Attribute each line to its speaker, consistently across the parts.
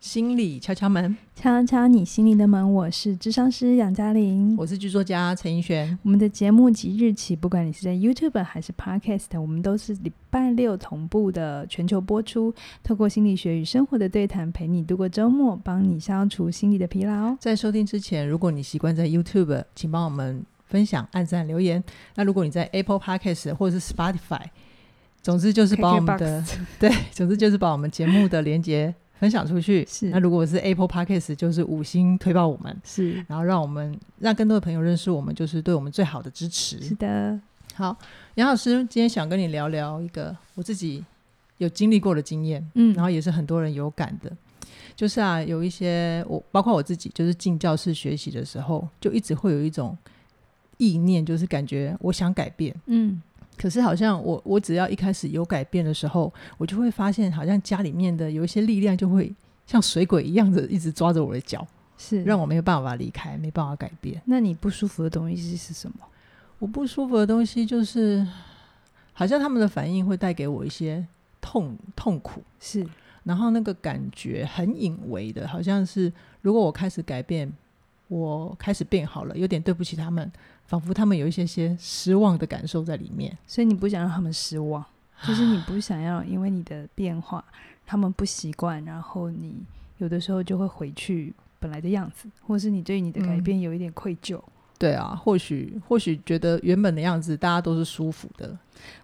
Speaker 1: 心理敲敲门，
Speaker 2: 敲敲你心里的门，我是智商师杨嘉玲。
Speaker 1: 我是剧作家陈奕璇。
Speaker 2: 我们的节目即日起，不管你是在 YouTube 还是 Podcast，我们都是礼拜六同步的全球播出。透过心理学与生活的对谈，陪你度过周末，帮你消除心理的疲劳。
Speaker 1: 在收听之前，如果你习惯在 YouTube，请帮我们分享、按赞、留言。那如果你在 Apple Podcast 或者是 Spotify，总之就是把我们的
Speaker 2: KKBOX
Speaker 1: 对，总之就是把我们节目的连接分享出去。
Speaker 2: 是
Speaker 1: 那如果是 Apple Podcast，就是五星推爆我们，
Speaker 2: 是
Speaker 1: 然后让我们让更多的朋友认识我们，就是对我们最好的支持。
Speaker 2: 是的，
Speaker 1: 好，杨老师，今天想跟你聊聊一个我自己有经历过的经验，
Speaker 2: 嗯
Speaker 1: 然后也是很多人有感的，就是啊，有一些我包括我自己，就是进教室学习的时候，就一直会有一种意念，就是感觉我想改变，
Speaker 2: 嗯
Speaker 1: 可是好像我我只要一开始有改变的时候，我就会发现好像家里面的有一些力量就会像水鬼一样的一直抓着我的脚，
Speaker 2: 是
Speaker 1: 让我没有办法离开，没办法改变。
Speaker 2: 那你不舒服的东西是什么？
Speaker 1: 我不舒服的东西就是，好像他们的反应会带给我一些痛痛苦，
Speaker 2: 是
Speaker 1: 然后那个感觉很隐微的，好像是如果我开始改变，我开始变好了，有点对不起他们，仿佛他们有一些些失望的感受在里面。
Speaker 2: 所以你不想让他们失望，就是你不想要因为你的变化，他们不习惯，然后你有的时候就会回去本来的样子，或是你对你的改
Speaker 1: 嗯
Speaker 2: 变有一点愧疚。
Speaker 1: 对啊，或许或许觉得原本的样子大家都是舒服的，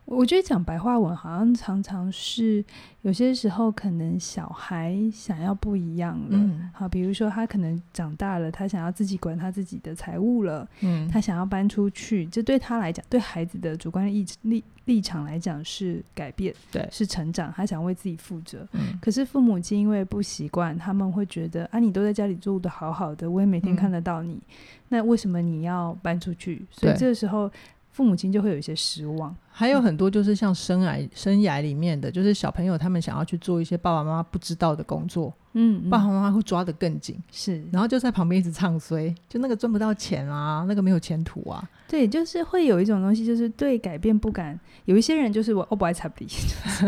Speaker 2: 我我觉得讲白话文好像常常是有些时候可能小孩想要不一样了。
Speaker 1: 嗯
Speaker 2: 好，比如说他可能长大了，他想要自己管他自己的财务了，
Speaker 1: 嗯，
Speaker 2: 他想要搬出去，这对他来讲，对孩子的主观立立立场来讲是改变，
Speaker 1: 对
Speaker 2: 是成长，他想为自己负责。
Speaker 1: 嗯
Speaker 2: 可是父母亲因为不习惯，他们会觉得啊，你都在家里住的好好的，我也每天
Speaker 1: 嗯
Speaker 2: 看得到你，那为什么你要搬出去？所以
Speaker 1: 对
Speaker 2: 这个时候，父母亲就会有一些失望。
Speaker 1: 还有很多就是像生涯生涯里面的，就是小朋友他们想要去做一些爸爸妈妈不知道的工作，
Speaker 2: 嗯，
Speaker 1: 爸爸
Speaker 2: 嗯
Speaker 1: 妈妈会抓得更紧。
Speaker 2: 是，
Speaker 1: 然后就在旁边一直唱衰，就那个赚不到钱啊，那个没有前途 啊，
Speaker 2: 对，就是会有一种东西，就是对改变不敢。有一些人就是我，我哦不爱插笔，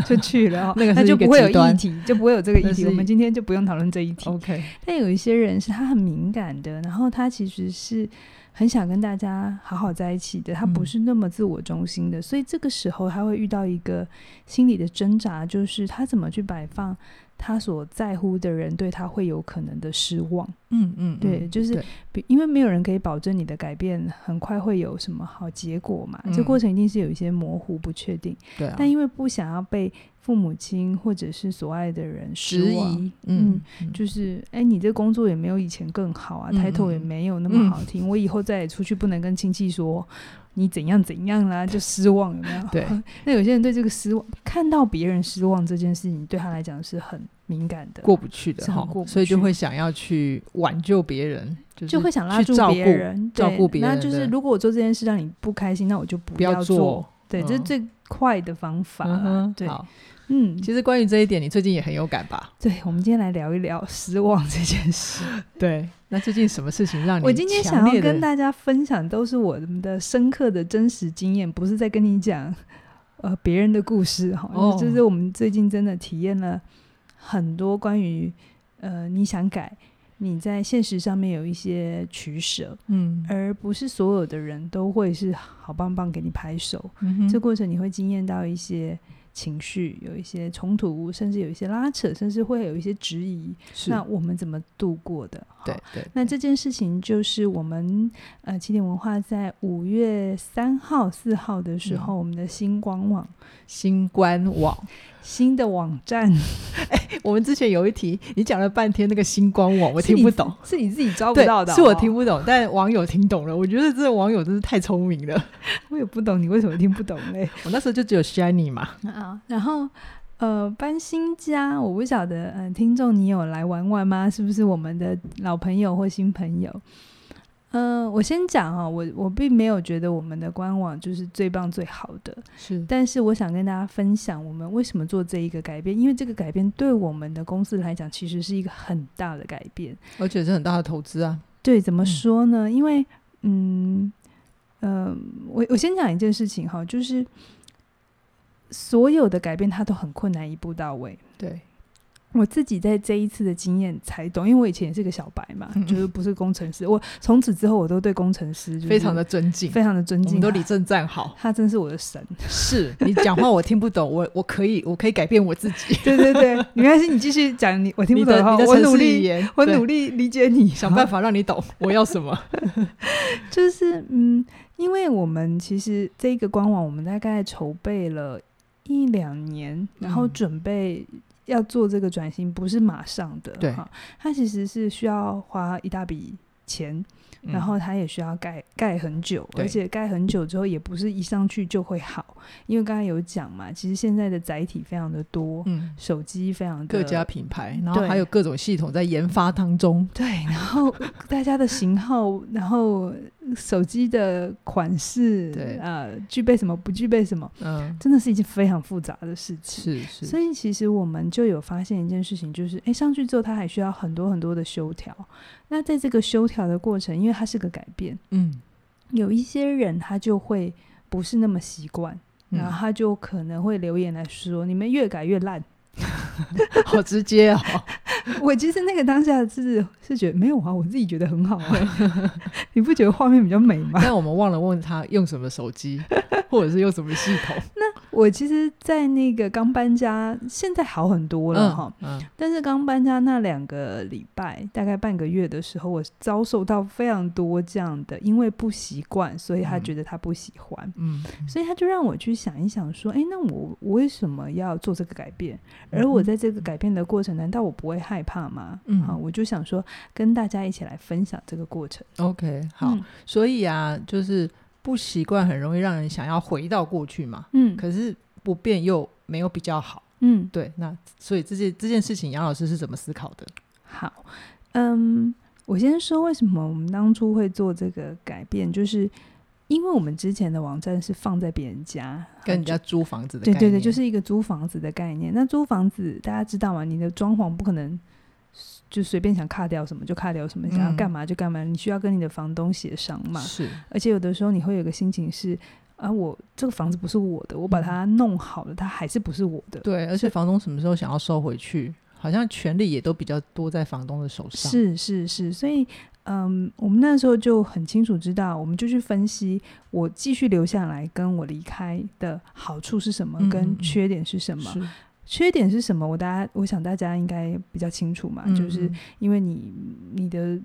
Speaker 2: 就去了哦，
Speaker 1: 那个是
Speaker 2: 那就
Speaker 1: 一个
Speaker 2: 不会
Speaker 1: 极
Speaker 2: 有议
Speaker 1: 端
Speaker 2: 题，就不会有这个
Speaker 1: 那
Speaker 2: 议题。
Speaker 1: 是
Speaker 2: 我
Speaker 1: 一
Speaker 2: 们今天就不用讨论这一题。
Speaker 1: OK，
Speaker 2: 但有一些人是他很敏感的，然后他其实是很想跟大家好好在一起的，他不
Speaker 1: 嗯
Speaker 2: 是那么自我中心的，所以这个时候他会遇到一个心理的挣扎，就是他怎么去摆放他所在乎的人对他会有可能的失望。
Speaker 1: 嗯嗯，
Speaker 2: 对，
Speaker 1: 嗯
Speaker 2: 就是
Speaker 1: 对
Speaker 2: 比因为没有人可以保证你的改变很快会有什么好结果嘛，这
Speaker 1: 嗯
Speaker 2: 过程一定是有一些模糊不确定，
Speaker 1: 对啊，
Speaker 2: 但因为不想要被父母亲或者是所爱的人失
Speaker 1: 质
Speaker 2: 望。
Speaker 1: 疑，
Speaker 2: 嗯
Speaker 1: 嗯，嗯
Speaker 2: 就是，哎、你这工作也没有以前更好啊，
Speaker 1: 嗯
Speaker 2: 抬头也
Speaker 1: 嗯
Speaker 2: 没有那么
Speaker 1: 嗯
Speaker 2: 好听。我以后再也出去不能跟亲戚说你怎样怎样啦，就失望有没有？
Speaker 1: 对，
Speaker 2: 那有些人对这个失望，看到别人失望这件事情，对他来讲是很敏感的，
Speaker 1: 过不去的
Speaker 2: 是很
Speaker 1: 哈
Speaker 2: 过，不
Speaker 1: 所以就
Speaker 2: 去
Speaker 1: 会想要去挽救别人，就是
Speaker 2: 就会想拉
Speaker 1: 去
Speaker 2: 住
Speaker 1: 照
Speaker 2: 别
Speaker 1: 顾
Speaker 2: 人，
Speaker 1: 照
Speaker 2: 对
Speaker 1: 顾别
Speaker 2: 那
Speaker 1: 人
Speaker 2: 就是
Speaker 1: 的
Speaker 2: 如果我做这件事让你不开心，那我就不
Speaker 1: 不要
Speaker 2: 做。
Speaker 1: 做。
Speaker 2: 对，这是
Speaker 1: 嗯
Speaker 2: 最快的方法啦、
Speaker 1: 嗯哼
Speaker 2: 对，
Speaker 1: 好，
Speaker 2: 嗯，
Speaker 1: 其实关于这一点，你最近也很有感吧？
Speaker 2: 对，我们今天来聊一聊失望这件事。
Speaker 1: 对，那最近什么事情让你
Speaker 2: 我今天
Speaker 1: 强
Speaker 2: 想
Speaker 1: 烈地
Speaker 2: 要跟大家分享都是我们的深刻的真实经验，不是在跟你讲呃别人的故事哈、
Speaker 1: 哦
Speaker 2: 就是我们最近真的体验了很多关于呃你想改，你在现实上面有一些取舍，
Speaker 1: 嗯，
Speaker 2: 而不是所有的人都会是好棒棒给你拍手。
Speaker 1: 嗯哼
Speaker 2: 这过程你会惊艳到一些情绪，有一些冲突，甚至有一些拉扯，甚至会有一些质疑。
Speaker 1: 是
Speaker 2: 那我们怎么度过的？哈
Speaker 1: 对对，
Speaker 2: 那这件事情就是我们呃起点文化在五月三号、四号的
Speaker 1: 嗯
Speaker 2: 时候，我们的新官网、
Speaker 1: 新官网，
Speaker 2: 新的网站，
Speaker 1: 我们之前有一题，你讲了半天那个新官 网，我听不懂。
Speaker 2: 是你 自己抓不
Speaker 1: 对，
Speaker 2: 到的、哦
Speaker 1: 是我听，不哦懂，但网友听懂了。我觉得这个网友真是太聪明了。
Speaker 2: 我也不懂你为什么听不懂 嘞
Speaker 1: 我那时候就只有 Shiny 嘛，
Speaker 2: 啊。然后呃搬新家，我不晓得嗯、呃听众你有来玩玩吗？是不是我们的老朋友或新朋友？嗯、我先讲哈、我我并没有觉得我们的官网就是最棒最好的，
Speaker 1: 是
Speaker 2: 但是我想跟大家分享，我们为什么做这一个改变，因为这个改变对我们的公司来讲，其实是一个很大的改变。
Speaker 1: 而且是很大的投资啊。
Speaker 2: 对，怎么
Speaker 1: 嗯
Speaker 2: 说呢？因为，嗯，呃，我我先讲一件事情哈，就是所有的改变它都很困难，一步到位。
Speaker 1: 对，
Speaker 2: 我自己在这一次的经验才懂，因为我以前也是个小白嘛，
Speaker 1: 嗯
Speaker 2: 就是不是工程师。我从此之后，我都对工程师就是
Speaker 1: 非常的尊 敬，
Speaker 2: 非常的尊
Speaker 1: 我们
Speaker 2: 敬，
Speaker 1: 都理
Speaker 2: 他
Speaker 1: 正站好。
Speaker 2: 他真是我的神。
Speaker 1: 是你讲话我听不懂，我我可以我可以改变我自 己。
Speaker 2: 对对对，没关系，你继续讲，你我听不
Speaker 1: 你
Speaker 2: 懂
Speaker 1: 的
Speaker 2: 的话，
Speaker 1: 你的
Speaker 2: 我
Speaker 1: 城
Speaker 2: 努
Speaker 1: 市语
Speaker 2: 力，
Speaker 1: 言，
Speaker 2: 我
Speaker 1: 对
Speaker 2: 努力理解你，
Speaker 1: 想办
Speaker 2: 法。
Speaker 1: 法让你 懂我要什么。
Speaker 2: 就是嗯，因为我们其实这个官网，我们大概筹备了一两年，然后
Speaker 1: 嗯
Speaker 2: 准备。要做这个转型不是马上的，
Speaker 1: 对
Speaker 2: 哈，它其实是需要花一大笔钱，然后它也需要盖盖很久，
Speaker 1: 嗯对
Speaker 2: 而且盖很久之后也不是一上去就会好，因为刚才有讲嘛，其实现在的载体非常的多，
Speaker 1: 嗯，嗯
Speaker 2: 手机非常的
Speaker 1: 各家品牌，然后
Speaker 2: 对
Speaker 1: 还有各种系统在研发当中。
Speaker 2: 对，然后 大家的型号，然后手机的款式，
Speaker 1: 对
Speaker 2: 呃，具备什么不具备什么，
Speaker 1: 嗯，
Speaker 2: 真的是一件非常复杂的事情。
Speaker 1: 是是，
Speaker 2: 所以其实我们就有发现一件事情，就是哎，上去之后它还需要很多很多的修调。那在这个修调的过程，因为它是个改变，
Speaker 1: 嗯，
Speaker 2: 有一些人他就会不是那么习惯，
Speaker 1: 嗯
Speaker 2: 然后他就可能会留言来说：“你们越改越烂。
Speaker 1: 好直接哦。”
Speaker 2: 我其实那个当下是是觉得没有啊，我自己觉得很好啊。 你不觉得画面比较美吗？
Speaker 1: 但我们忘了问他用什么手机， 或者是用什么系统。
Speaker 2: 我其实，在那个刚搬家，现在好很多了哈、
Speaker 1: 嗯，
Speaker 2: 但是刚搬家那两个礼拜，大概半个月的时候，我遭受到非常多这样的，因为不习惯，所以他
Speaker 1: 嗯
Speaker 2: 觉得他不喜欢。
Speaker 1: 嗯
Speaker 2: 所以他就让我去想一想，说，哎，那我我为什么要做这个改变？而我在这个改变的过程，难道我不会害怕吗？
Speaker 1: 嗯
Speaker 2: 啊，我就想说，跟大家一起来分享这个过程。
Speaker 1: 嗯，OK，好。
Speaker 2: 嗯
Speaker 1: 所以啊，就是不习惯很容易让人想要回到过去嘛，
Speaker 2: 嗯
Speaker 1: 可是不变又没有比较好。
Speaker 2: 嗯，
Speaker 1: 对，那所以这件这件事情，杨老师是怎么思考的？
Speaker 2: 好，嗯，我先说为什么我们当初会做这个改变，就是因为我们之前的网站是放在别人家，
Speaker 1: 跟人家
Speaker 2: 啊。
Speaker 1: 租房子的
Speaker 2: 对
Speaker 1: 概
Speaker 2: 对
Speaker 1: 念，
Speaker 2: 对，就是一个租房子的概念。那租房子大家知道吗？你的装潢不可能就随便想卡掉什么就卡掉什么，想要
Speaker 1: 嗯
Speaker 2: 干嘛就干嘛，你需要跟你的房东协商嘛。
Speaker 1: 是
Speaker 2: 而且有的时候你会有个心情是，啊，我这个房子不是我的，我
Speaker 1: 嗯
Speaker 2: 把它弄好了，它还是不是我的。
Speaker 1: 对，而且房东什么时候想要收回去，好像权利也都比较多在房东的手上。
Speaker 2: 是是是，所以嗯，我们那时候就很清楚知道，我们就去分析我继续留下来跟我离开的好处是什么，
Speaker 1: 嗯嗯
Speaker 2: 跟
Speaker 1: 嗯
Speaker 2: 缺点是什么。
Speaker 1: 是，
Speaker 2: 缺点是什么？我大家我想大家应该比较清楚嘛，就是
Speaker 1: 嗯
Speaker 2: 因为你你的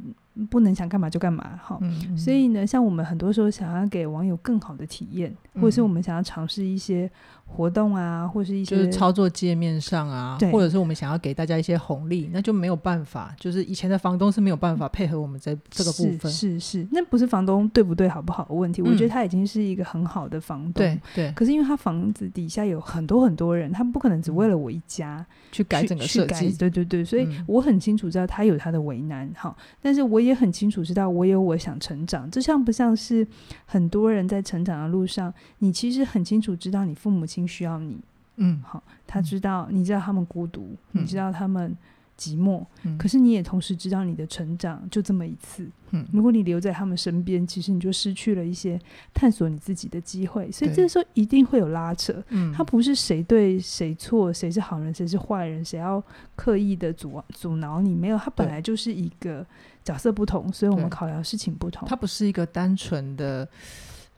Speaker 2: 不能想干嘛就干嘛，哈。
Speaker 1: 嗯，嗯
Speaker 2: 所以呢，像我们很多时候想要给网友更好的体验，或者是
Speaker 1: 嗯
Speaker 2: 我们想要尝试一些活动啊，或是一些
Speaker 1: 就是操作界面上啊
Speaker 2: 对，
Speaker 1: 或者是我们想要给大家一些红利，那就没有办法，就是以前的房东是没有办法配合我们这这个部分。
Speaker 2: 是是是，那不是房东对不对好不好的问题，我
Speaker 1: 嗯
Speaker 2: 觉得他已经是一个很好的房东。
Speaker 1: 对，对，
Speaker 2: 可是因为他房子底下有很多很多人，他不可能只为了我一家
Speaker 1: 嗯去改
Speaker 2: 去
Speaker 1: 整个
Speaker 2: 去
Speaker 1: 设
Speaker 2: 改
Speaker 1: 计。
Speaker 2: 对对对，所以
Speaker 1: 嗯
Speaker 2: 我很清楚知道他有他的为难哈，但是我也很清楚知道我有我想成长，这像不像是很多人在成长的路上，你其实很清楚知道你父母亲需要你，
Speaker 1: 嗯，
Speaker 2: 好，他知道你知道他们孤独，
Speaker 1: 嗯
Speaker 2: 你知道他们寂寞，
Speaker 1: 嗯
Speaker 2: 可是你也同时知道你的成长就这么一次。
Speaker 1: 嗯
Speaker 2: 如果你留在他们身边，其实你就失去了一些探索你自己的机会。所以
Speaker 1: 对
Speaker 2: 这个时候一定会有拉扯，
Speaker 1: 嗯，
Speaker 2: 它不是谁对谁错，谁是好人，谁是坏人，谁要刻意的阻阻挠你，没有，它本
Speaker 1: 对
Speaker 2: 来就是一个角色不同，所以我们
Speaker 1: 对
Speaker 2: 考量的事情不同
Speaker 1: 它。不是一个单纯的，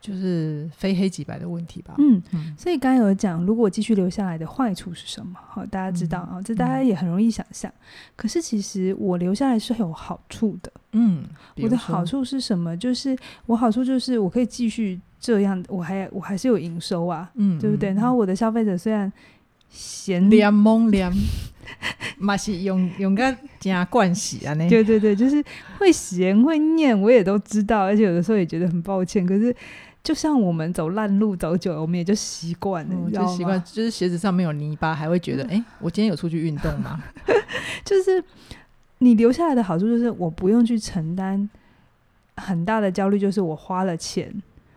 Speaker 1: 就是非黑即白的问题吧？
Speaker 2: 嗯，
Speaker 1: 嗯
Speaker 2: 所以刚才有讲，如果继续留下来的坏处是什么？好、大家知道
Speaker 1: 嗯
Speaker 2: 啊、这大家也很容易想象。可是其实我留下来是有好处的。
Speaker 1: 嗯，比
Speaker 2: 我的
Speaker 1: 如说
Speaker 2: 好，处是什么？就是我好处就是我可以继续这样，我还我还是有营收啊，
Speaker 1: 嗯，
Speaker 2: 对不对？
Speaker 1: 嗯
Speaker 2: 然后我的消费者虽然嫌
Speaker 1: 连蒙连， 嘛是用用个加惯洗啊呢。
Speaker 2: 对对对，就是会嫌会念，我也都知道，而且有的时候也觉得很抱歉。可是就像我们走烂路走久了，我们也就习惯了，
Speaker 1: 嗯
Speaker 2: 你知道
Speaker 1: 就
Speaker 2: 吗？嗯
Speaker 1: 习惯，就是鞋子上面有泥巴，还会觉得，哎、我今天有出去运动 吗？
Speaker 2: 就是你留下来的好处就是我不用去承担很大的焦虑，就是我花了钱，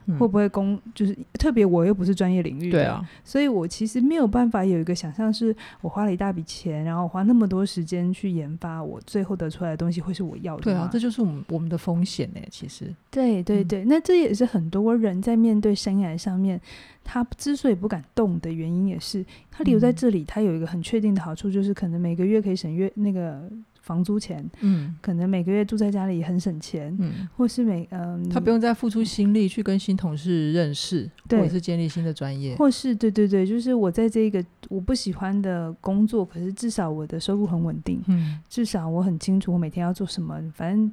Speaker 1: 嗯
Speaker 2: 会不会工就是特别我又不是专业领域的，
Speaker 1: 对啊，
Speaker 2: 所以我其实没有办法有一个想象，是我花了一大笔钱，然后我花那么多时间去研发，我最后得出来的东西会是我要的
Speaker 1: 对啊
Speaker 2: 吗，
Speaker 1: 这就是我们我们的风险呢、其实，
Speaker 2: 对对
Speaker 1: 嗯
Speaker 2: 对，那这也是很多人在面对生涯上面，他之所以不敢动的原因，也是他留在
Speaker 1: 嗯
Speaker 2: 这里，他有一个很确定的好处，就是可能每个月可以省月那个房租钱，
Speaker 1: 嗯
Speaker 2: 可能每个月住在家里也很省钱，
Speaker 1: 嗯，
Speaker 2: 或是每嗯、
Speaker 1: 他不用再付出心力去跟新同事认识，或
Speaker 2: 对
Speaker 1: 者是建立新的专业。
Speaker 2: 或是对对对，就是我在这个我不喜欢的工作，可是至少我的收入很稳定，
Speaker 1: 嗯，
Speaker 2: 至少我很清楚我每天要做什么，反正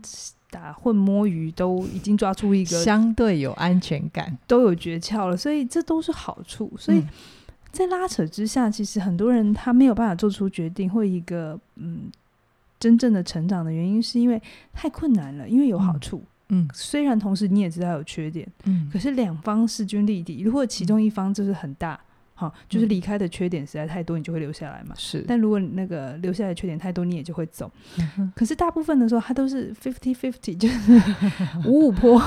Speaker 2: 打混摸鱼都已经抓住一个
Speaker 1: 相对有安全感。
Speaker 2: 都有诀窍了，所以这都是好处。所以
Speaker 1: 嗯
Speaker 2: 在拉扯之下，其实很多人他没有办法做出决定或一个嗯真正的成长的原因，是因为太困难了，因为有好
Speaker 1: 嗯
Speaker 2: 处。
Speaker 1: 嗯
Speaker 2: 虽然同时你也知道有缺点，
Speaker 1: 嗯
Speaker 2: 可是两方势均力敌。如果其中一方就是很大，好、就是
Speaker 1: 嗯
Speaker 2: 离开的缺点实在太多，你就会留下来嘛。
Speaker 1: 是，
Speaker 2: 但如果你那个留下来的缺点太多，你也就会走。
Speaker 1: 嗯哼
Speaker 2: 可是大部分的时候，它都是 fifty fifty，就是 五五坡。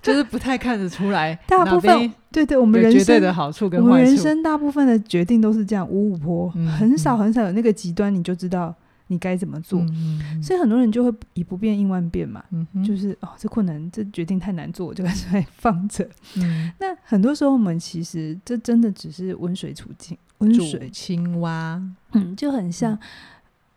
Speaker 1: 就是不太看得出 来
Speaker 2: 大
Speaker 1: 哪
Speaker 2: 部
Speaker 1: 边
Speaker 2: 分对对，我们
Speaker 1: 有
Speaker 2: 人
Speaker 1: 绝对
Speaker 2: 生
Speaker 1: 的好处
Speaker 2: 我
Speaker 1: 跟
Speaker 2: 们
Speaker 1: 坏
Speaker 2: 人
Speaker 1: 处。
Speaker 2: 生大部分的决定都是这样五五坡，
Speaker 1: 嗯
Speaker 2: 很少
Speaker 1: 嗯
Speaker 2: 很少有那个极端，你就知道你该怎么做。
Speaker 1: 嗯嗯
Speaker 2: 所以很多人就会以不变应万变嘛，
Speaker 1: 嗯哼
Speaker 2: 就是哦，这困难，这决定太难做，我就干脆 放着。
Speaker 1: 嗯
Speaker 2: 那很多时候，我们其实这真的只是温水处境，温
Speaker 1: 煮
Speaker 2: 水，
Speaker 1: 青蛙，
Speaker 2: 嗯，就很像，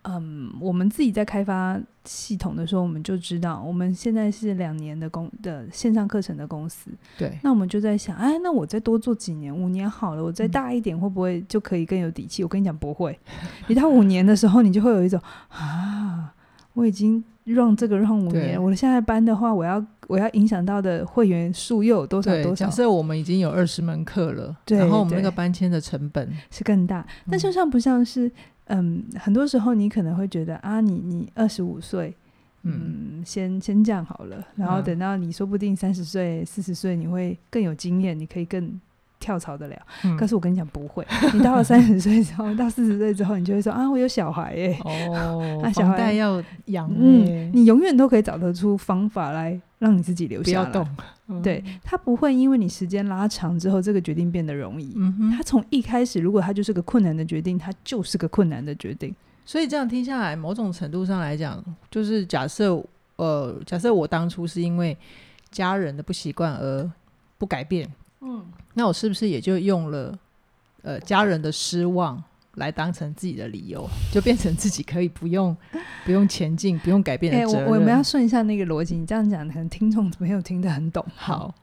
Speaker 2: 嗯，我们自己在开发系统的时候，我们就知道，我们现在是两年的公的线上课程的公司，
Speaker 1: 对，
Speaker 2: 那我们就在想，哎，那我再多做几年，五年好了，我再
Speaker 1: 嗯
Speaker 2: 大一点，会不会就可以更有底气？我跟你讲，不会， 你到五年的时候，你就会有一种啊，我已经让这个让五
Speaker 1: 对
Speaker 2: 年，我现在班的话，我要我要影响到的会员数又有多少
Speaker 1: 对，
Speaker 2: 多
Speaker 1: 假
Speaker 2: 少？
Speaker 1: 设我们已经有二十门课了，
Speaker 2: 对
Speaker 1: 然后我们那
Speaker 2: 对
Speaker 1: 个搬迁的成本，
Speaker 2: 是更大。
Speaker 1: 嗯
Speaker 2: 但就像不像是，嗯，很多时候你可能会觉得啊，你你二十五岁，
Speaker 1: 嗯，
Speaker 2: 嗯，先先这样好了，然后
Speaker 1: 嗯
Speaker 2: 等到你说不定三十岁、四十岁，你会更有经验，你可以更跳槽得了。
Speaker 1: 嗯
Speaker 2: 可是我跟你讲不会，你到了三十岁之 后，到四十岁之后，你就会说啊，我有小孩耶、，
Speaker 1: 哦
Speaker 2: 啊小
Speaker 1: 房
Speaker 2: 孩
Speaker 1: 贷要养欸，
Speaker 2: 嗯，你永远都可以找得出方法来让你自己留
Speaker 1: 不嗯
Speaker 2: 下
Speaker 1: 要
Speaker 2: 来。
Speaker 1: 动，
Speaker 2: 对，他不会因为你时间拉长之后，这个决定变得容易。
Speaker 1: 嗯哼
Speaker 2: 他。从一开始，如果他就是个困难的决定，他就是个困难的决定。
Speaker 1: 所以这样听下来，某种程度上来讲，就是假设呃，假设我当初是因为家人的不习惯而不改变，
Speaker 2: 嗯，
Speaker 1: 那我是不是也就用了呃家人的失望来当成自己的理由，就变成自己可以不用不用前进、不用改变
Speaker 2: 哎、
Speaker 1: 的责任？
Speaker 2: 我我们要顺一下那个逻辑，你这样讲，可能听众没有听得很懂。
Speaker 1: 好，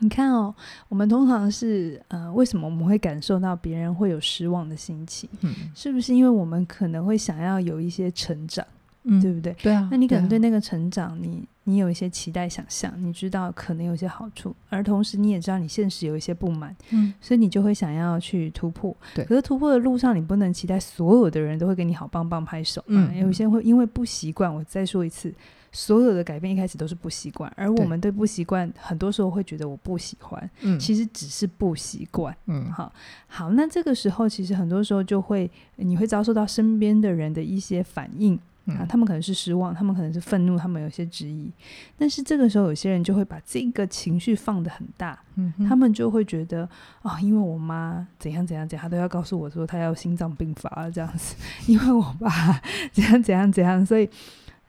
Speaker 2: 你看哦，我们通常是呃，为什么我们会感受到别人会有失望的心情？
Speaker 1: 嗯
Speaker 2: 是不是因为我们可能会想要有一些成长，对
Speaker 1: 嗯，
Speaker 2: 不对？
Speaker 1: 对啊。
Speaker 2: 那你可能对
Speaker 1: 啊
Speaker 2: 那个成长，你你有一些期待、想象，你知道可能有一些好处，而同时你也知道你现实有一些不满，
Speaker 1: 嗯
Speaker 2: 所以你就会想要去突破。
Speaker 1: 对
Speaker 2: 可是突破的路上，你不能期待所有的人都会给你好棒棒拍手嘛。
Speaker 1: 嗯
Speaker 2: 有一些会因为不习惯，我再说一次，所有的改变一开始都是不习惯，而我
Speaker 1: 对
Speaker 2: 们对不习惯，很多时候会觉得我不喜欢，
Speaker 1: 嗯
Speaker 2: 其实只是不习惯。
Speaker 1: 嗯
Speaker 2: 好好，那这个时候其实很多时候就会，你会遭受到身边的人的一些反应啊，
Speaker 1: 嗯
Speaker 2: 他们可能是失望，他们可能是愤怒，他们有一些质疑。但是这个时候，有些人就会把这个情绪放得很大，
Speaker 1: 嗯哼
Speaker 2: 他们就会觉得啊、因为我妈怎样怎样怎样，她都要告诉我说她要心脏病发了这样子， 因为我爸 怎样怎样怎样，所以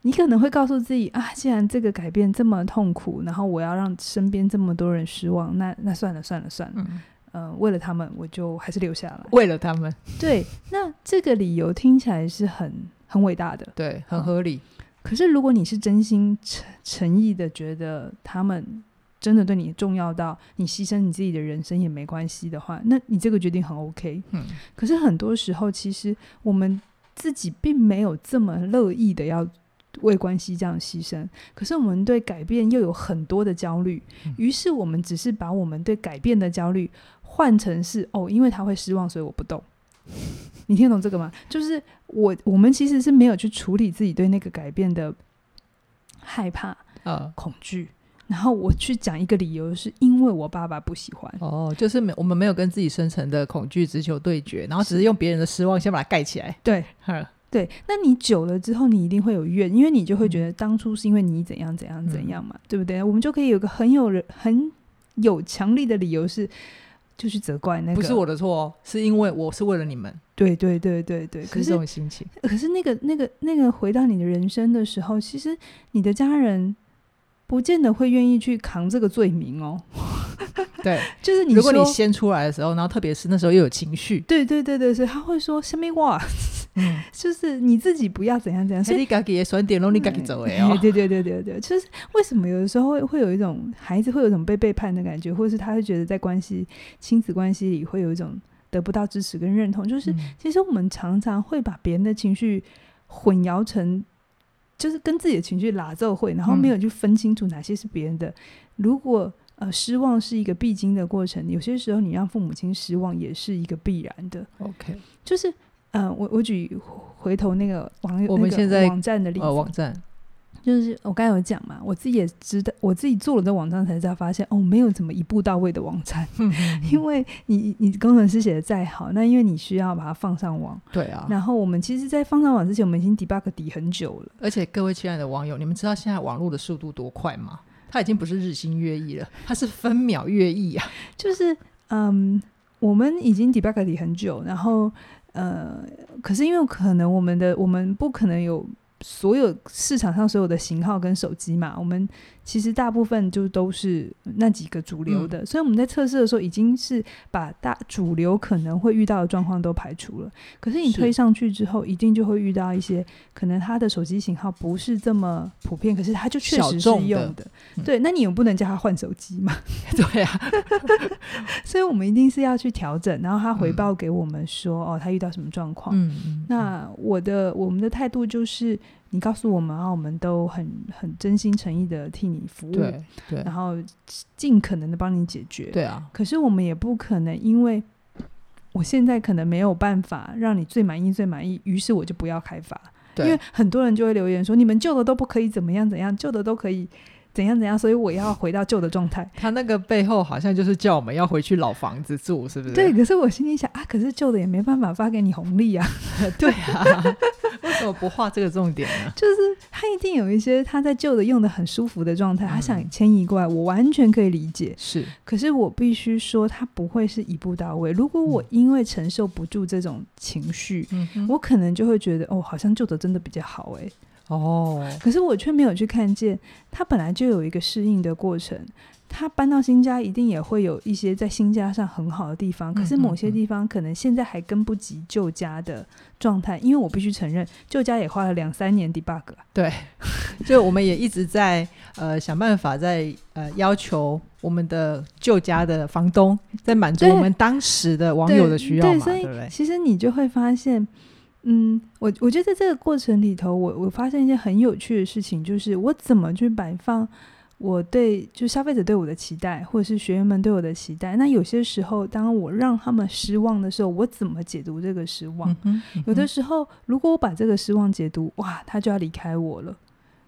Speaker 2: 你可能会告诉自己啊，既然这个改变这么痛苦，然后我要让身边这么多人失望，那那算了算了算了。
Speaker 1: 嗯
Speaker 2: 呃，为了他们，我就还是留下来。
Speaker 1: 为了他们，
Speaker 2: 对，那这个理由听起来是很很伟大的。
Speaker 1: 对，很
Speaker 2: 好
Speaker 1: 合理。
Speaker 2: 可是如果你是真心诚诚意的觉得他们真的对你重要到你牺牲你自己的人生也没关系的话，那你这个决定很 OK。
Speaker 1: 嗯
Speaker 2: 可是很多时候，其实我们自己并没有这么乐意的要为关系这样牺牲，可是我们对改变又有很多的焦虑
Speaker 1: 嗯，
Speaker 2: 于是我们只是把我们对改变的焦虑换成是哦，因为他会失望，所以我不动。 你听得懂这个吗？就是我我们其实是没有去处理自己对那个改变的害怕、
Speaker 1: 呃，
Speaker 2: 恐惧，然后我去讲一个理由，是因为我爸爸不喜欢。
Speaker 1: 哦，就是没我们没有跟自己深层的恐惧直球对决，然后只是用别人的失望先把它盖起来。
Speaker 2: 对，
Speaker 1: 呵
Speaker 2: 对，那你久了之后，你一定会有怨，因为
Speaker 1: 嗯
Speaker 2: 你就会觉得当初是因为你怎样怎样怎样嘛，对不对？我们就可以有个很有人很有强力的理由是，就去责怪那
Speaker 1: 不
Speaker 2: 个
Speaker 1: 是我的错哦，是因为我是为了你们，
Speaker 2: 对对对对对，可
Speaker 1: 是
Speaker 2: 是
Speaker 1: 这种心 情。
Speaker 2: 可是那个那个那个回到你的人生的时候，其实你的家人不见得会愿意去扛这个罪名哦。
Speaker 1: 对，
Speaker 2: 就是你
Speaker 1: 如果你
Speaker 2: 说
Speaker 1: 先出来的时候，然后特别是那时候又有情绪，
Speaker 2: 对对对对，所以他会说什么话，
Speaker 1: 嗯，
Speaker 2: 就是你自己不要怎样怎样。所
Speaker 1: 所以
Speaker 2: 以。
Speaker 1: 你自己也酸点咯，你自己走的哦
Speaker 2: 对对对对对，就是为什么有的时候会会有一种孩子会有一种被背叛的感觉，或者是他会觉得在关系亲子关系里会有一种得不到支持跟认同， 就是
Speaker 1: 嗯
Speaker 2: 其实我们常常会把别人的情绪混淆成，就是跟自己的情绪拉奏会，然后
Speaker 1: 嗯
Speaker 2: 没有去分清楚哪些是别人的。如果呃失望是一个必经的过程，有些时候你让父母亲失望也是一个必然的。
Speaker 1: OK，
Speaker 2: 就是呃，我我举回头那个网友
Speaker 1: 我们
Speaker 2: 那个
Speaker 1: 现在
Speaker 2: 网站的例子，
Speaker 1: 呃，网站
Speaker 2: 就是我刚才有讲嘛，我自己也知道，我自己做了这网站才知道，发现哦，没有怎么一步到位的网站， 因为你你工程师写的再好，那因为你需要把它放上网。
Speaker 1: 对啊。
Speaker 2: 然后我们其实，在放上网之前，我们已经 debug 底很久了。
Speaker 1: 而且各位亲爱的网友，你们知道现在网络的速度多快吗？它已经不是日新月异了，它是分秒月异啊。
Speaker 2: 就是，嗯，我们已经 debug 底很久，然后，呃，可是因为可能我们的我们不可能有所有市场上所有的型号跟手机嘛，我们其实大部分就都是那几个主
Speaker 1: 嗯
Speaker 2: 流的，所以我们在测试的时候已经是把大主流可能会遇到的状况都排除了。可是你
Speaker 1: 是
Speaker 2: 推上去之后，一定就会遇到一些可能它的手机型号不是这么普遍，可是它就确
Speaker 1: 小
Speaker 2: 实是
Speaker 1: 众的
Speaker 2: 用的
Speaker 1: 嗯
Speaker 2: 对，那你总不能叫他换手机嘛？
Speaker 1: 对啊，
Speaker 2: 所以我们一定是要去调整，然后他回
Speaker 1: 嗯
Speaker 2: 报给我们说，哦，他遇到什么状况。
Speaker 1: 嗯嗯，
Speaker 2: 那我的我们的态度就是，你告诉我们啊，我们都很很真心诚意的替你服务，
Speaker 1: 对对
Speaker 2: 然后尽可能的帮你解决。
Speaker 1: 对啊，
Speaker 2: 可是我们也不可能因为。我现在可能没有办法让你最满意、最满意，于是我就不要开发，因
Speaker 1: 对啊
Speaker 2: 为很多人就会留言说你们旧的都不可以怎么样怎样，旧的都可以怎样怎样，所以我要回到旧的状态。
Speaker 1: 他那个背后好像就是叫我们要回去老房子住，是不是？
Speaker 2: 对，可是我心里想啊，可是旧的也没办法发给你红利啊，
Speaker 1: 对啊， 为什么不画这个重点呢？
Speaker 2: 就是他一定有一些他在旧的用的很舒服的状态，他想迁移过来，我完全可以理解。
Speaker 1: 是
Speaker 2: 可是我必须说，他不会是一步到位。如果我因为承受不住这种情绪，
Speaker 1: 嗯哼，
Speaker 2: 我可能就会觉得哦，好像旧的真的比较好欸诶。
Speaker 1: 哦，
Speaker 2: 可是我却没有去看见，他本来就有一个适应的过程。他搬到新家一定也会有一些在新家上很好的地方，可是
Speaker 1: 嗯嗯
Speaker 2: 某些
Speaker 1: 嗯
Speaker 2: 地方可能现在还跟不及旧家的状态，因为我必须承认，旧家也花了两三年 debug 啊。
Speaker 1: 就我们也一直在呃想办法在呃要求我们的旧家的房东在满足
Speaker 2: 对
Speaker 1: 我们当时的网友的需要
Speaker 2: 对，
Speaker 1: 嘛，
Speaker 2: 所
Speaker 1: 对
Speaker 2: 以
Speaker 1: 不对？
Speaker 2: 其实你就会发现，嗯，我我觉得在这个过程里头，我我发现一件很有趣的事情，就是我怎么去摆放我对就消费者对我的期待，或者是学员们对我的期待。那有些时候，当我让他们失望的时候，我怎么解读这个失望？
Speaker 1: 嗯哼
Speaker 2: 有的
Speaker 1: 嗯
Speaker 2: 时候，如果我把这个失望解读，哇，他就要离开我了，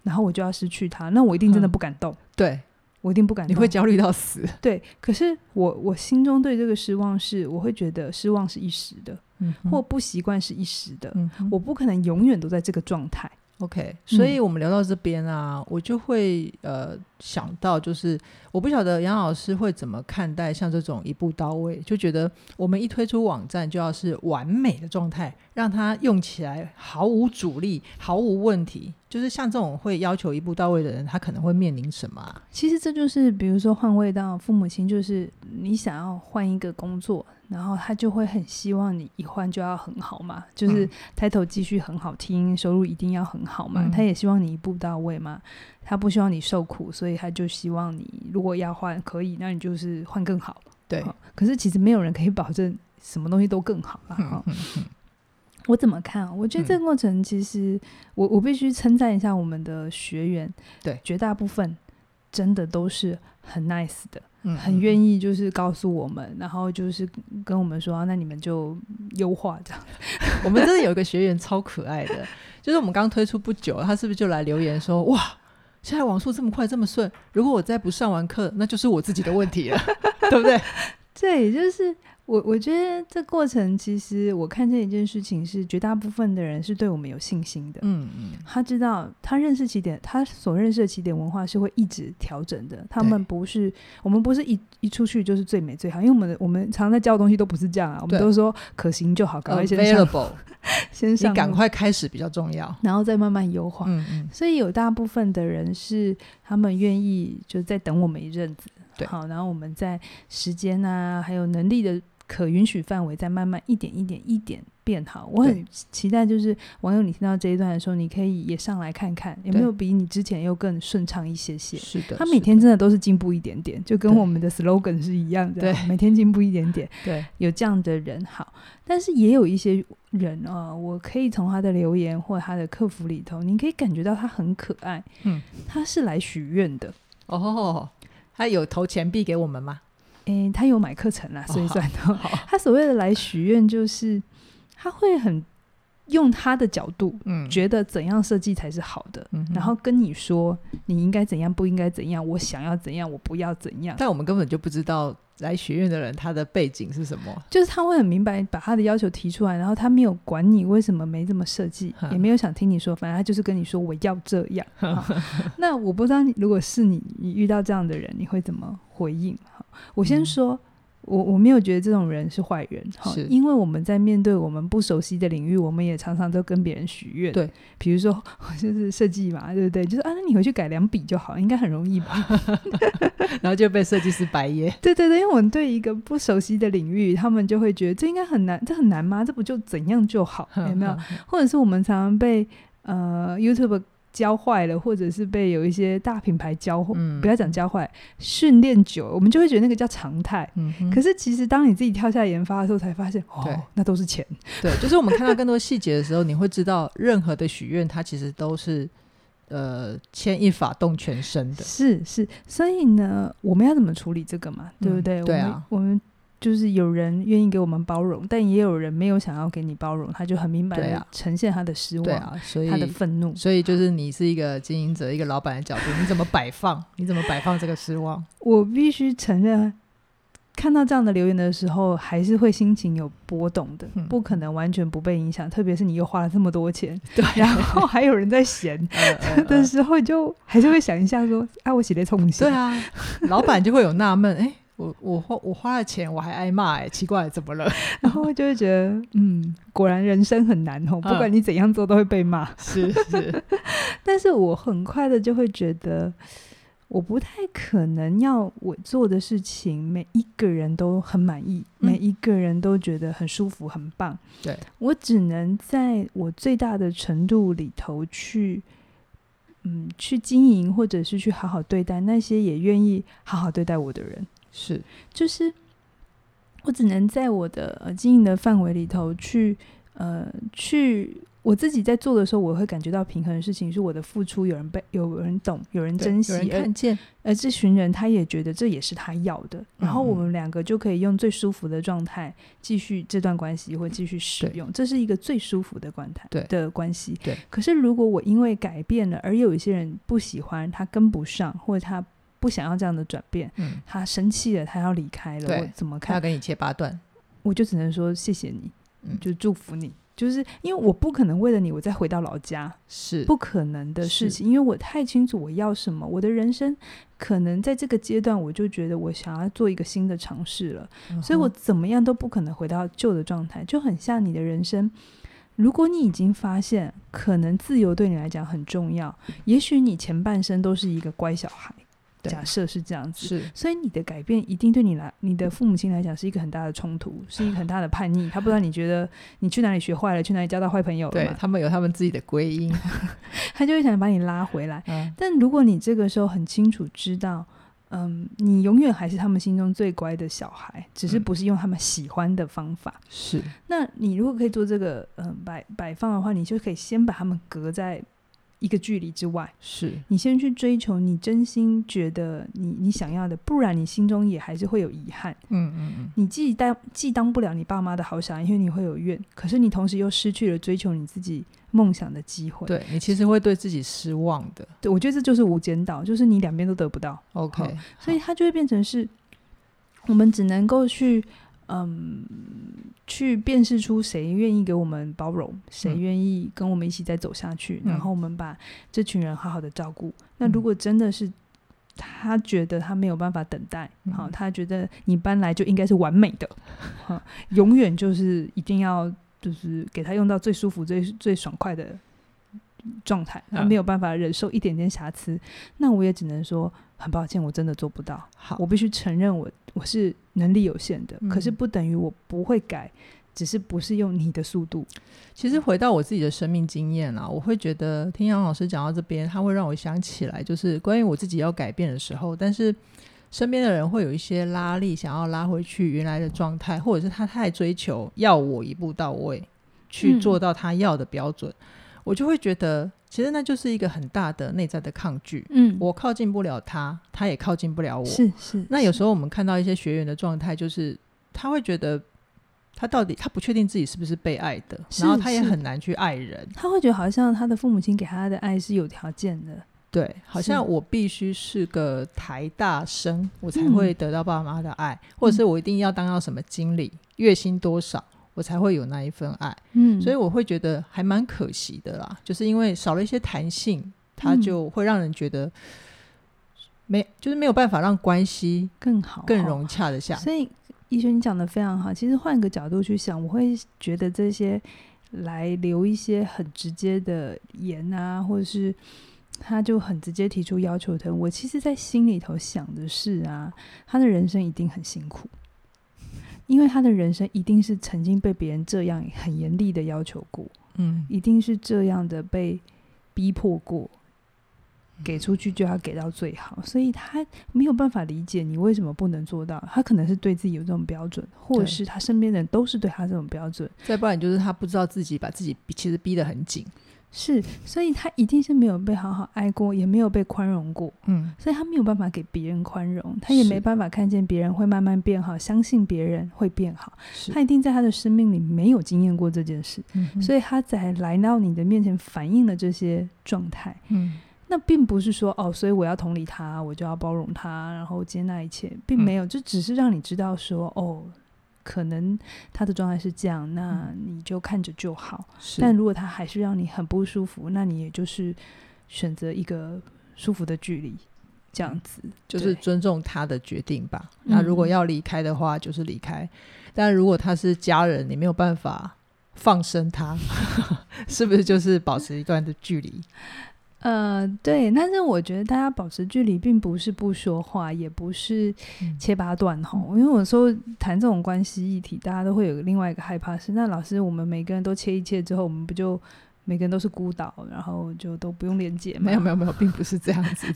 Speaker 2: 然后我就要失去他，那我一定真的
Speaker 1: 嗯
Speaker 2: 不敢动，
Speaker 1: 哼对，
Speaker 2: 我一定不敢
Speaker 1: 你
Speaker 2: 动。
Speaker 1: 会焦虑到死。
Speaker 2: 对，可是我我心中对这个失望是，我会觉得失望是一时的，
Speaker 1: 嗯哼
Speaker 2: 或不习惯是一时的，
Speaker 1: 嗯哼
Speaker 2: 我不可能永远都在这个状态。
Speaker 1: OK，所
Speaker 2: 嗯
Speaker 1: 以我们聊到这边啊，我就会呃想到，就是我不晓得杨老师会怎么看待像这种一步到位，就觉得我们一推出网站就要是完美的状态，让它用起来毫无阻力、毫无问题。就是像这种会要求一步到位的人，他可能会面临什么、啊？
Speaker 2: 其实这就是，比如说换位到父母亲，就是你想要换一个工作，然后他就会很希望你一换就要很好嘛，就是
Speaker 1: 嗯
Speaker 2: title 继续很好听，收入一定要很好嘛，
Speaker 1: 嗯
Speaker 2: 他也希望你一步到位嘛，他不希望你受苦，所以他就希望你如果要换可以，那你就是换更好。
Speaker 1: 对，
Speaker 2: 好可是其实没有人可以保证什么东西都更好啦。
Speaker 1: 嗯
Speaker 2: 哦
Speaker 1: 嗯
Speaker 2: 我怎么看啊？我觉得这个过程其实，我我必须称赞一下我们的学员，
Speaker 1: 对
Speaker 2: 绝大部分真的都是很 nice 的，
Speaker 1: 嗯
Speaker 2: 很愿
Speaker 1: 意。
Speaker 2: 意就是告诉我们，然后就是跟我们说，啊那你们就优化这样。
Speaker 1: 我们真的有一个学员超可爱的，就是我们刚推出不久，他是不是就来留言说哇？现在 网速这么快这么顺，如果我再不上完课，那就是我自己的问题了，对不对？
Speaker 2: 对，就是我，我觉得这过程其实我看见一件事情是，绝大部分的人是对我们有信心的。
Speaker 1: 嗯嗯，
Speaker 2: 他知道他认识起点，他所认识的起点文化是会一直调整的。他
Speaker 1: 对
Speaker 2: 们不是我们不是一一出去就是最美最好，因为我们的我们常在教的东西都不是这样啊，我们
Speaker 1: 对
Speaker 2: 都说可行就好，赶快先上，
Speaker 1: available，
Speaker 2: 先
Speaker 1: 你
Speaker 2: 上
Speaker 1: 赶
Speaker 2: 路，
Speaker 1: 快开始比较重要。
Speaker 2: 然后再慢慢优化。
Speaker 1: 嗯嗯，
Speaker 2: 所以有大部分的人是他们愿意就再等我们一阵子，
Speaker 1: 对
Speaker 2: 好，然后我们在时间啊，还有能力的可允许范围，再慢慢一点一点一点变好。我很
Speaker 1: 对
Speaker 2: 期待，就是网友你听到这一段的时候，你可以也上来看看有没有比你之前又更顺畅一些些。
Speaker 1: 是的，
Speaker 2: 他
Speaker 1: 是
Speaker 2: 每天
Speaker 1: 的
Speaker 2: 真的都是进步一点点，就跟
Speaker 1: 对
Speaker 2: 我 们的 slogan 是一样的，啊
Speaker 1: 对
Speaker 2: 每天进步一点点。
Speaker 1: 对
Speaker 2: 有这样的人好，但是也有一些人啊、呃我可以从他的留言或他的客服里头，你可以感觉到他很可爱，
Speaker 1: 嗯，
Speaker 2: 他是来许愿的，
Speaker 1: 哦，他有投钱币给我们吗？
Speaker 2: 诶，他有买课程啦，
Speaker 1: 哦
Speaker 2: 所以算到、
Speaker 1: 好，
Speaker 2: 他所谓的来许愿，就是他会很用他的角度，
Speaker 1: 嗯，
Speaker 2: 觉得怎样设计才是好的。
Speaker 1: 嗯哼
Speaker 2: 然后，跟你说你应该怎样，不应该怎样，我想要怎样，我不要怎样，
Speaker 1: 但我们根本就不知道来学院的人他的背景是什么。
Speaker 2: 就是他会很明白把他的要求提出来，然后他没有管你为什么没这么设计，
Speaker 1: 哼
Speaker 2: 也没有想听你说，反正他就是跟你说我要这样。好那我不知道你如果是你，你遇到这样的人，你会怎么回应？好我先
Speaker 1: 嗯
Speaker 2: 说。我我没有觉得这种人是坏人，好
Speaker 1: 是
Speaker 2: 因为我们在面对我们不熟悉的领域，我们也常常都跟别人许愿。
Speaker 1: 对，
Speaker 2: 比如说 就是设计嘛，对不对？就是啊，那你回去改两笔就好，应该很容易吧？
Speaker 1: 然后就被设计师白眼。
Speaker 2: 对对对，因为我们对一个不熟悉的领域，他们就会觉得这应该很难，这很难吗？这不就怎样就 好，有没
Speaker 1: 嗯
Speaker 2: 有？？或者是我们常常被呃 YouTube 教坏了，或者是被有一些大品牌教坏，
Speaker 1: 嗯
Speaker 2: 不要讲教坏，训练久了，我们就会觉得那个叫常态。
Speaker 1: 嗯哼，
Speaker 2: 可是其实当你自己跳下来研发的时候，才发现
Speaker 1: 对
Speaker 2: 哦，那都是钱。
Speaker 1: 对，就是我们看到更多细节的时候，你会知道任何的许愿，它其实都是呃牵一发动全身的。
Speaker 2: 是是，所以呢，我们要怎么处理这个嘛？对不
Speaker 1: 嗯
Speaker 2: 对？
Speaker 1: 对
Speaker 2: 我们
Speaker 1: 啊
Speaker 2: 我们就是有人愿意给我们包容，但也有人没有想要给你包容，他就很明白
Speaker 1: 对
Speaker 2: 的
Speaker 1: 啊
Speaker 2: 呈现他的失望、
Speaker 1: 对啊，所以
Speaker 2: 他的愤怒。
Speaker 1: 所以就是你是一个经营者、一个老板的角度，你怎么摆放？你怎么摆放这个失望？
Speaker 2: 我必须承认，看到这样的留言的时候，还是会心情有波动的
Speaker 1: 嗯，
Speaker 2: 不可能完全不被影响。特别是你又花了这么多钱，
Speaker 1: 对
Speaker 2: 然后还有人 在嫌
Speaker 1: 呃 呃
Speaker 2: 的
Speaker 1: 呃
Speaker 2: 时候，就还是会想一下说：“啊，我写的冲
Speaker 1: 对
Speaker 2: 线。
Speaker 1: 啊，老板就会有纳闷，哎，我我花我花了钱，我还挨骂，哎，奇怪，怎么了？
Speaker 2: 然后就会觉得，嗯，果然人生很难哦，不管你怎样做都会被骂。
Speaker 1: 嗯 是是，
Speaker 2: 但是我很快的就会觉得，我不太可能要我做的事情，每一个人都很满意，
Speaker 1: 嗯
Speaker 2: 每一个人都觉得很舒服、很棒。
Speaker 1: 对
Speaker 2: 我只能在我最大的程度里头去。嗯，去经营或者是去好好对待那些也愿意好好对待我的人，
Speaker 1: 是，
Speaker 2: 就是我只能在我的呃经营的范围里头去呃去我自己在做的时候，我会感觉到平衡的事情是我的付出有人被有人懂，有人
Speaker 1: 对
Speaker 2: 珍惜，
Speaker 1: 有人
Speaker 2: 而
Speaker 1: 看见，
Speaker 2: 而这群人他也觉得这也是他要的，然后
Speaker 1: 嗯
Speaker 2: 我们两个就可以用最舒服的状态继续这段关系，或继续使
Speaker 1: 对
Speaker 2: 用，这是一个最舒服的关态
Speaker 1: 对
Speaker 2: 的关系。
Speaker 1: 对，
Speaker 2: 可是如果我因为改变了，而有一些人不喜欢，他跟不上，或者他不想要这样的转变，
Speaker 1: 嗯，
Speaker 2: 他生气了，他要离开了，
Speaker 1: 对
Speaker 2: 我怎么
Speaker 1: 他要
Speaker 2: 看？
Speaker 1: 跟你切八段，
Speaker 2: 我就只能说谢谢你，
Speaker 1: 嗯
Speaker 2: 就祝福你。就是因为我不可能为了你我再回到老家，
Speaker 1: 是
Speaker 2: 不可能的事情，因为我太清楚我要什么。我的人生可能在这个阶段，我就觉得我想要做一个新的尝试了，
Speaker 1: 嗯哼
Speaker 2: 所以我怎么样都不可能回到旧的状态，就很像你的人生。如果你已经发现，可能自由对你来讲很重要，也许你前半生都是一个乖小孩，
Speaker 1: 嗯对
Speaker 2: 假设是这样子，
Speaker 1: 是
Speaker 2: 所以你的改变一定对你来，你的父母亲来讲是一个很大的冲突，是一个很大的叛逆。他不知道你觉得你去哪里学坏了，去哪里交到坏朋友了
Speaker 1: 对
Speaker 2: 嘛，
Speaker 1: 他们有他们自己的归 因，
Speaker 2: 他就会想把你拉回来。
Speaker 1: 嗯，
Speaker 2: 但如果你这个时候很清楚知道，嗯，你永远还是他们心中最乖的小孩，只是
Speaker 1: 嗯
Speaker 2: 不是用他们喜欢的方法。
Speaker 1: 是
Speaker 2: 那你如果可以做这个，嗯、摆摆放的话，你就可以先把他们隔在一个距离之外。
Speaker 1: 是，
Speaker 2: 你先去追求你真心觉得你你想要的，不然你心中也还是会有遗憾。
Speaker 1: 嗯嗯嗯，
Speaker 2: 你既当既当不了你爸妈的好小孩，因为你会有怨，可是你同时又失去了追求你自己梦想的机会。
Speaker 1: 对你其实会对自己失望的。
Speaker 2: 对，我觉得这就是无间道，就是你两边都得不到，
Speaker 1: OK，
Speaker 2: 所以它就会变成是，我们只能够去嗯去辨识出谁愿意给我们包容，谁
Speaker 1: 嗯
Speaker 2: 愿意跟我们一起再走下去，
Speaker 1: 嗯
Speaker 2: 然后我们把这群人好好的照顾。那如
Speaker 1: 嗯
Speaker 2: 果真的是他觉得他没有办法等待，好、
Speaker 1: 嗯
Speaker 2: 他觉得你搬来就应该是完美的，好，永远就是一定要就是给他用到最舒服、最最爽快的状态，他
Speaker 1: 嗯
Speaker 2: 没有办法忍受一点点瑕疵，那我也只能说很抱歉，我真的做不到。
Speaker 1: 好，
Speaker 2: 我必须承认我我是能力有限的，
Speaker 1: 嗯
Speaker 2: 可是不等于我不会改，只是不是用你的速度。
Speaker 1: 其实回到我自己的生命经验啊，我会觉得听杨老师讲到这边，他会让我想起来，就是关于我自己要改变的时候，但是身边的人会有一些拉力，想要拉回去原来的状态，或者是他太追求要我一步到位去
Speaker 2: 嗯
Speaker 1: 做到他要的标准，我就会觉得其实那就是一个很大的内在的抗拒，
Speaker 2: 嗯
Speaker 1: 我靠近不了他，他也靠近不了我。
Speaker 2: 是是，
Speaker 1: 那有
Speaker 2: 是
Speaker 1: 时候我们看到一些学员的状态，就是他会觉得他到底他不确定自己是不是被爱的，
Speaker 2: 是
Speaker 1: 然后他也
Speaker 2: 是
Speaker 1: 很难去爱人。
Speaker 2: 他会觉得好像他的父母亲给他的爱是有条件的，
Speaker 1: 对，好
Speaker 2: 是
Speaker 1: 像我必须是个台大生，我才
Speaker 2: 嗯
Speaker 1: 会得到爸妈的爱，或者是我一定要当到什么经理，月薪多少。我才会有那一份爱，
Speaker 2: 嗯
Speaker 1: 所以我会觉得还蛮可惜的啦，就是因为少了一些弹性，它
Speaker 2: 嗯
Speaker 1: 就会让人觉得没，就是没有办法让关系
Speaker 2: 更好
Speaker 1: 更
Speaker 2: 哦
Speaker 1: 融洽的下
Speaker 2: 所以，医生你讲的非常好。其实换个角度去想，我会觉得这些来留一些很直接的言啊，或者是他就很直接提出要求的。我其实，在心里头想的是啊，他的人生一定很辛苦，因为他的人生一定是曾经被别人这样很严厉的要求过，
Speaker 1: 嗯
Speaker 2: 一定是这样的被逼迫过。给
Speaker 1: 嗯
Speaker 2: 出去就要给到最好，所以他没有办法理解你为什么不能做到。他可能是对自己有这种标准，或者
Speaker 1: 对
Speaker 2: 是他身边的人都是对他这种标准。
Speaker 1: 再不然就是他不知道自己把自己逼其实逼得很紧，
Speaker 2: 是，所以他一定是没有被好好爱过，也没有被宽容过，
Speaker 1: 嗯，
Speaker 2: 所以他没有办法给别人宽容，他也
Speaker 1: 是
Speaker 2: 没办法看见别人会慢慢变好，相信别人会变好。
Speaker 1: 是嗯
Speaker 2: 他一定在他的生命里没有经验过这件事，所
Speaker 1: 以
Speaker 2: 以他才来到你的面前反映了这些状态。
Speaker 1: 嗯
Speaker 2: 那并不是说哦，所以我要同理他，我就要包容他，然后接纳一切，
Speaker 1: 嗯
Speaker 2: 并没有，这只是让你知道说哦，可能他的状态是这样，那你就看着就好。
Speaker 1: 嗯是，
Speaker 2: 但如果他还是让你很不舒服，那你也就是选择一个舒服的距离，这样子。
Speaker 1: 嗯就是
Speaker 2: 对
Speaker 1: 尊重他的决定吧。
Speaker 2: 嗯
Speaker 1: 那如果要离开的话，就是离开；但如果他是家人，你没有办法放生 他，是不是就是保持一段的距离？
Speaker 2: 呃，对，但是我觉得大家保持距离，并不是不说话，也不是
Speaker 1: 嗯
Speaker 2: 切八段吼。因为我说谈这种关系议题，大家都会有另外一个害怕是，那老师，我们每个人都切一切之后，我们不就每个人都是孤岛，然后就都不用连接吗？
Speaker 1: 没有没有没有，并不是这样子。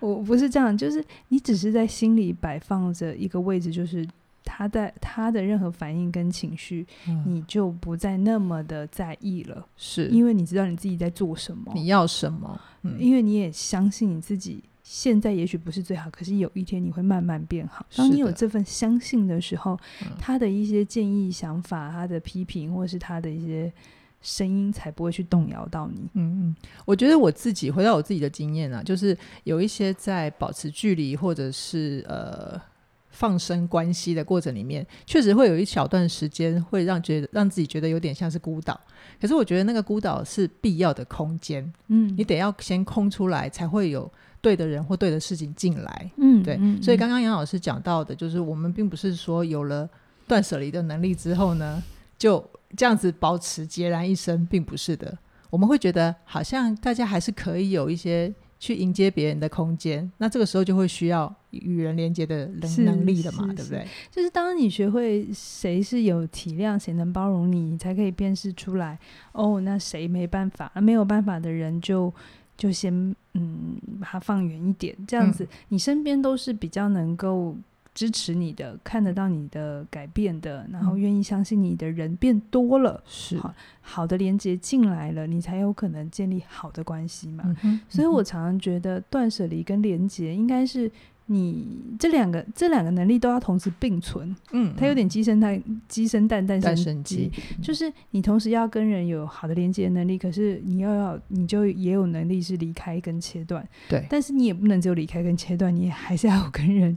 Speaker 2: 我不是这样，就是你只是在心里摆放着一个位置，就是他在他的任何反应跟情绪，
Speaker 1: 嗯
Speaker 2: 你就不再那么的在意了，
Speaker 1: 是
Speaker 2: 因为你知道你自己在做什么，
Speaker 1: 你要什么？嗯，
Speaker 2: 因为你也相信你自己。现在也许不是最好，可是有一天你会慢慢变好。当你
Speaker 1: 是的
Speaker 2: 有这份相信的时候，
Speaker 1: 嗯
Speaker 2: 他的一些建议、想法、他的批评，或是他的一些声音，才不会去动摇到你。
Speaker 1: 嗯嗯，我觉得我自己回到我自己的经验啊，就是有一些在保持距离或者是呃放生关系的过程里面，确实会有一小段时间会让觉得让自己觉得有点像是孤岛。可是我觉得那个孤岛是必要的空间，
Speaker 2: 嗯，
Speaker 1: 你得要先空出来，才会有对的人或对的事情进来。
Speaker 2: 嗯，
Speaker 1: 对，
Speaker 2: 嗯
Speaker 1: 所以
Speaker 2: 嗯
Speaker 1: 刚刚杨老师讲到的，就是我们并不是说有了断舍离的能力之后呢，就这样子保持孑然一身，并不是的。我们会觉得好像大家还是可以有一些去迎接别人的空间，那这个时候就会需要与人连接的
Speaker 2: 是
Speaker 1: 能能力了嘛
Speaker 2: 是，
Speaker 1: 对不对？
Speaker 2: 就是当你学会谁是有体谅，谁能包容你，你才可以辨识出来。哦，那谁没办法，没有办法的人就就先嗯，把他放远一点。这样
Speaker 1: 嗯
Speaker 2: 子，你身边都是比较能够支持你的、看得到你的改变的，然后
Speaker 1: 嗯
Speaker 2: 愿意相信你的人变多了，
Speaker 1: 是
Speaker 2: 好好的连接进来了，你才有可能建立好的关系嘛。
Speaker 1: 嗯哼
Speaker 2: 所以我常常觉得断舍离跟连结应该是你这两个这两个能力都要同时并存，
Speaker 1: 嗯，
Speaker 2: 它有点鸡生蛋，鸡生蛋，蛋
Speaker 1: 蛋
Speaker 2: 生
Speaker 1: 生鸡，嗯
Speaker 2: 就是你同时要跟人有好的连接能力，可是你又要你就也有能力是离开跟切断，
Speaker 1: 对
Speaker 2: 但是你也不能只有离开跟切断，你也还是要跟人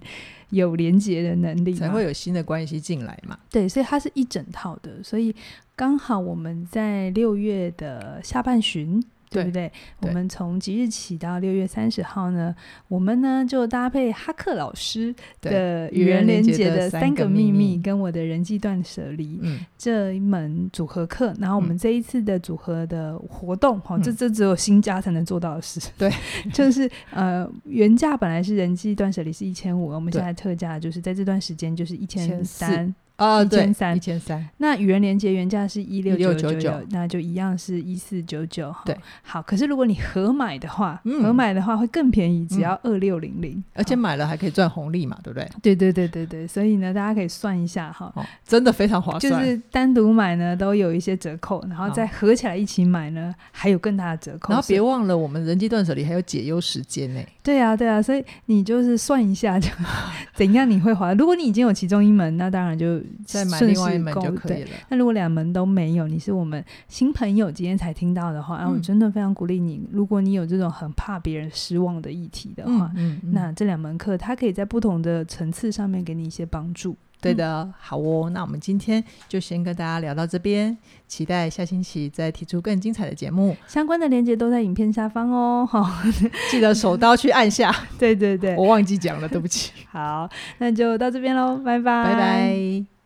Speaker 2: 有连接的能力嘛，
Speaker 1: 才会有新的关系进来嘛。
Speaker 2: 对，所以它是一整套的，所以刚好我们在六月的下半旬。对不对？我
Speaker 1: 对
Speaker 2: 们从即日起到六月三十号呢，我们呢就搭配哈克老师
Speaker 1: 对
Speaker 2: 的《
Speaker 1: 与人连
Speaker 2: 连
Speaker 1: 结
Speaker 2: 结
Speaker 1: 的
Speaker 2: 的
Speaker 1: 三
Speaker 2: 三
Speaker 1: 个
Speaker 2: 个
Speaker 1: 秘
Speaker 2: 秘密
Speaker 1: 密》
Speaker 2: 跟我的人际断舍离
Speaker 1: 嗯，
Speaker 2: 这一门组合课。然后我们
Speaker 1: 嗯
Speaker 2: 这一次的组合的活动，哈、
Speaker 1: 嗯
Speaker 2: 这这只有新家才能做到的事。
Speaker 1: 对，
Speaker 2: 就是呃，原价本来是人际断舍离是一千五，我们
Speaker 1: 对
Speaker 2: 现在特价就是在这段时间就是一千三
Speaker 1: 1400。啊，
Speaker 2: 一
Speaker 1: 对，
Speaker 2: 千三
Speaker 1: 一千三，
Speaker 2: 那与人连接原价是一六九
Speaker 1: 1699，
Speaker 2: 那就一样是一四九九哈。
Speaker 1: 对，
Speaker 2: 好，可是如果你合买的话，
Speaker 1: 嗯
Speaker 2: 合买的话会更便宜，只要二六零零，
Speaker 1: 而且
Speaker 2: 好
Speaker 1: 买了还可以赚红利嘛，对不对？
Speaker 2: 对对对对对，所以呢，大家可以算一下哈。
Speaker 1: 哦，真的非常划
Speaker 2: 就
Speaker 1: 算，
Speaker 2: 是单独买呢都有一些折扣，然后
Speaker 1: 好
Speaker 2: 再合起来一起买呢还有更大的折扣。
Speaker 1: 然后别
Speaker 2: 所以
Speaker 1: 忘了我们人际断舍离还有解忧时间呢、
Speaker 2: 对啊对啊，所以你就是算一下就 怎样你会划。如果你已经有其中一门，那当然就
Speaker 1: 再买
Speaker 2: 顺
Speaker 1: 另外
Speaker 2: 势
Speaker 1: 一门
Speaker 2: 购
Speaker 1: 就可
Speaker 2: 对
Speaker 1: 以了。
Speaker 2: 那如果两门都没有，你是我们新朋友今天才听到的话，啊，我
Speaker 1: 嗯
Speaker 2: 真的非常鼓励你。如果你有这种很怕别人失望的议题的话，
Speaker 1: 嗯嗯
Speaker 2: 那这两门课它可以在不同的层次上面给你一些帮助。
Speaker 1: 对的，好哦。那我们今天就先跟大家聊到这边，期待下星期再提出更精彩的节目。
Speaker 2: 相关的链接都在影片下方哦。哈，
Speaker 1: 记得手刀去按下，
Speaker 2: 对对对，
Speaker 1: 我忘记讲了，对不起。
Speaker 2: 好，那就到这边喽，拜拜，
Speaker 1: 拜拜。